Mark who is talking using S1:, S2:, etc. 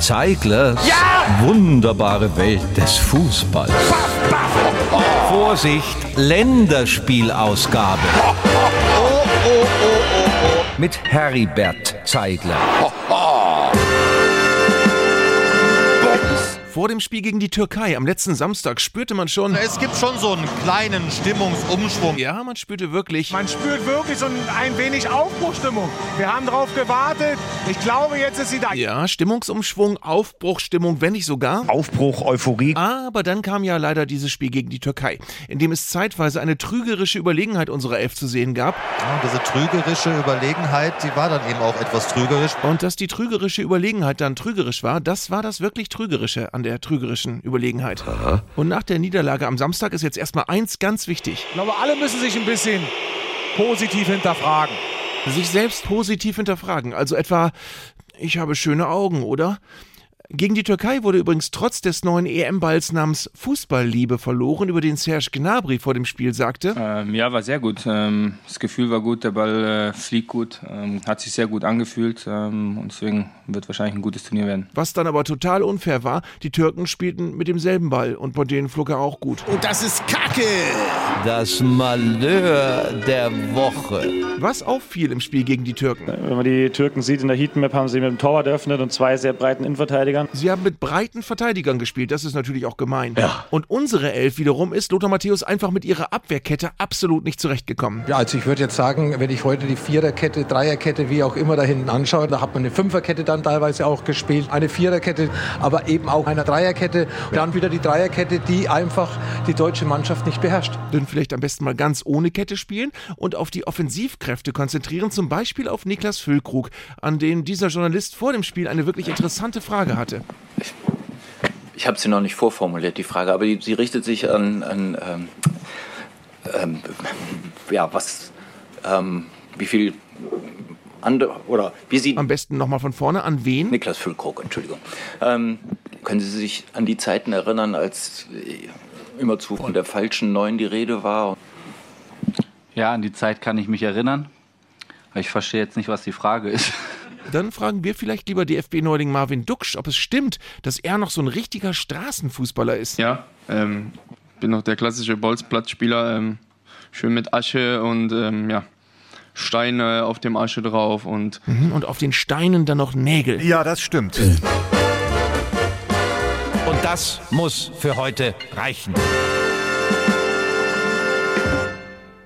S1: Zeiglers
S2: Ja!
S1: wunderbare Welt des Fußballs. Vorsicht, Länderspielausgabe. Mit Heribert Zeigler.
S3: Vor dem Spiel gegen die Türkei am letzten Samstag spürte man schon,
S4: Es gibt schon so einen kleinen Stimmungsumschwung.
S3: ja, man spürte wirklich,
S5: Man spürt wirklich so ein, ein wenig Aufbruchstimmung. Wir haben darauf gewartet. Ich glaube, jetzt ist sie da.
S3: ja, Stimmungsumschwung, Aufbruchstimmung, wenn nicht sogar.
S4: Aufbruch, Euphorie.
S3: Aber dann kam ja leider dieses Spiel gegen die Türkei, in dem es zeitweise eine trügerische Überlegenheit unserer Elf zu sehen gab.
S4: Und diese trügerische Überlegenheit, die war dann eben auch etwas trügerisch.
S3: Und dass die trügerische Überlegenheit dann trügerisch war, das war das wirklich trügerische an der trügerischen Überlegenheit. Und nach der Niederlage am Samstag ist jetzt erstmal eins ganz wichtig.
S5: Ich glaube, alle müssen sich ein bisschen positiv hinterfragen.
S3: Sich selbst positiv hinterfragen. Also etwa, ich habe schöne Augen, oder? Gegen die Türkei wurde übrigens trotz des neuen EM-Balls namens Fußballliebe verloren, über den Serge Gnabry vor dem Spiel sagte.
S6: Ähm, ja, war sehr gut. Ähm, das Gefühl war gut, der Ball äh, fliegt gut, ähm, hat sich sehr gut angefühlt ähm, und deswegen wird wahrscheinlich ein gutes Turnier werden.
S3: Was dann aber total unfair war, die Türken spielten mit demselben Ball und bei denen flog er auch gut.
S1: Das Malheur der Woche.
S3: Was auffiel im Spiel gegen die Türken?
S7: Wenn man die Türken sieht, in der Heatmap haben sie mit dem Torwart eröffnet und zwei sehr breiten Innenverteidigern.
S3: Sie haben mit breiten Verteidigern gespielt, das ist natürlich auch gemein. Und unsere Elf wiederum ist Lothar Matthäus einfach mit ihrer Abwehrkette absolut nicht zurechtgekommen.
S8: Ja, also ich würde jetzt sagen, wenn ich heute die Viererkette, Dreierkette, wie auch immer da hinten anschaue, da hat man eine Fünferkette dann teilweise auch gespielt, eine Viererkette, aber eben auch eine Dreierkette. Dann wieder die Dreierkette, die einfach die deutsche Mannschaft nicht beherrscht.
S3: Dann vielleicht am besten mal ganz ohne Kette spielen und auf die Offensivkräfte konzentrieren, zum Beispiel auf Niklas Füllkrug, an den dieser Journalist vor dem Spiel eine wirklich interessante Frage hatte.
S9: Ich habe sie noch nicht vorformuliert, die Frage, aber die, sie richtet sich an, an ähm, ähm, ja, was, ähm, wie viel andere, oder wie sie,
S3: Am besten nochmal von vorne, an wen?
S9: Niklas Füllkrug, Entschuldigung, ähm, können Sie sich an die Zeiten erinnern, als äh, immerzu von der falschen Neuen die Rede war?
S10: Ja, an die Zeit kann ich mich erinnern. Aber ich verstehe jetzt nicht, was die Frage ist.
S3: Dann fragen wir vielleicht lieber DFB-Neuling Marvin Duksch, ob es stimmt, dass er noch so ein richtiger Straßenfußballer ist.
S6: Ja, ähm, bin noch der klassische Bolzplatzspieler. Ähm, schön mit Asche und ähm, ja, Steine auf dem Asche drauf und
S3: Mhm, Und auf den Steinen dann noch Nägel.
S2: Ja, das stimmt.
S1: Und das muss für heute reichen.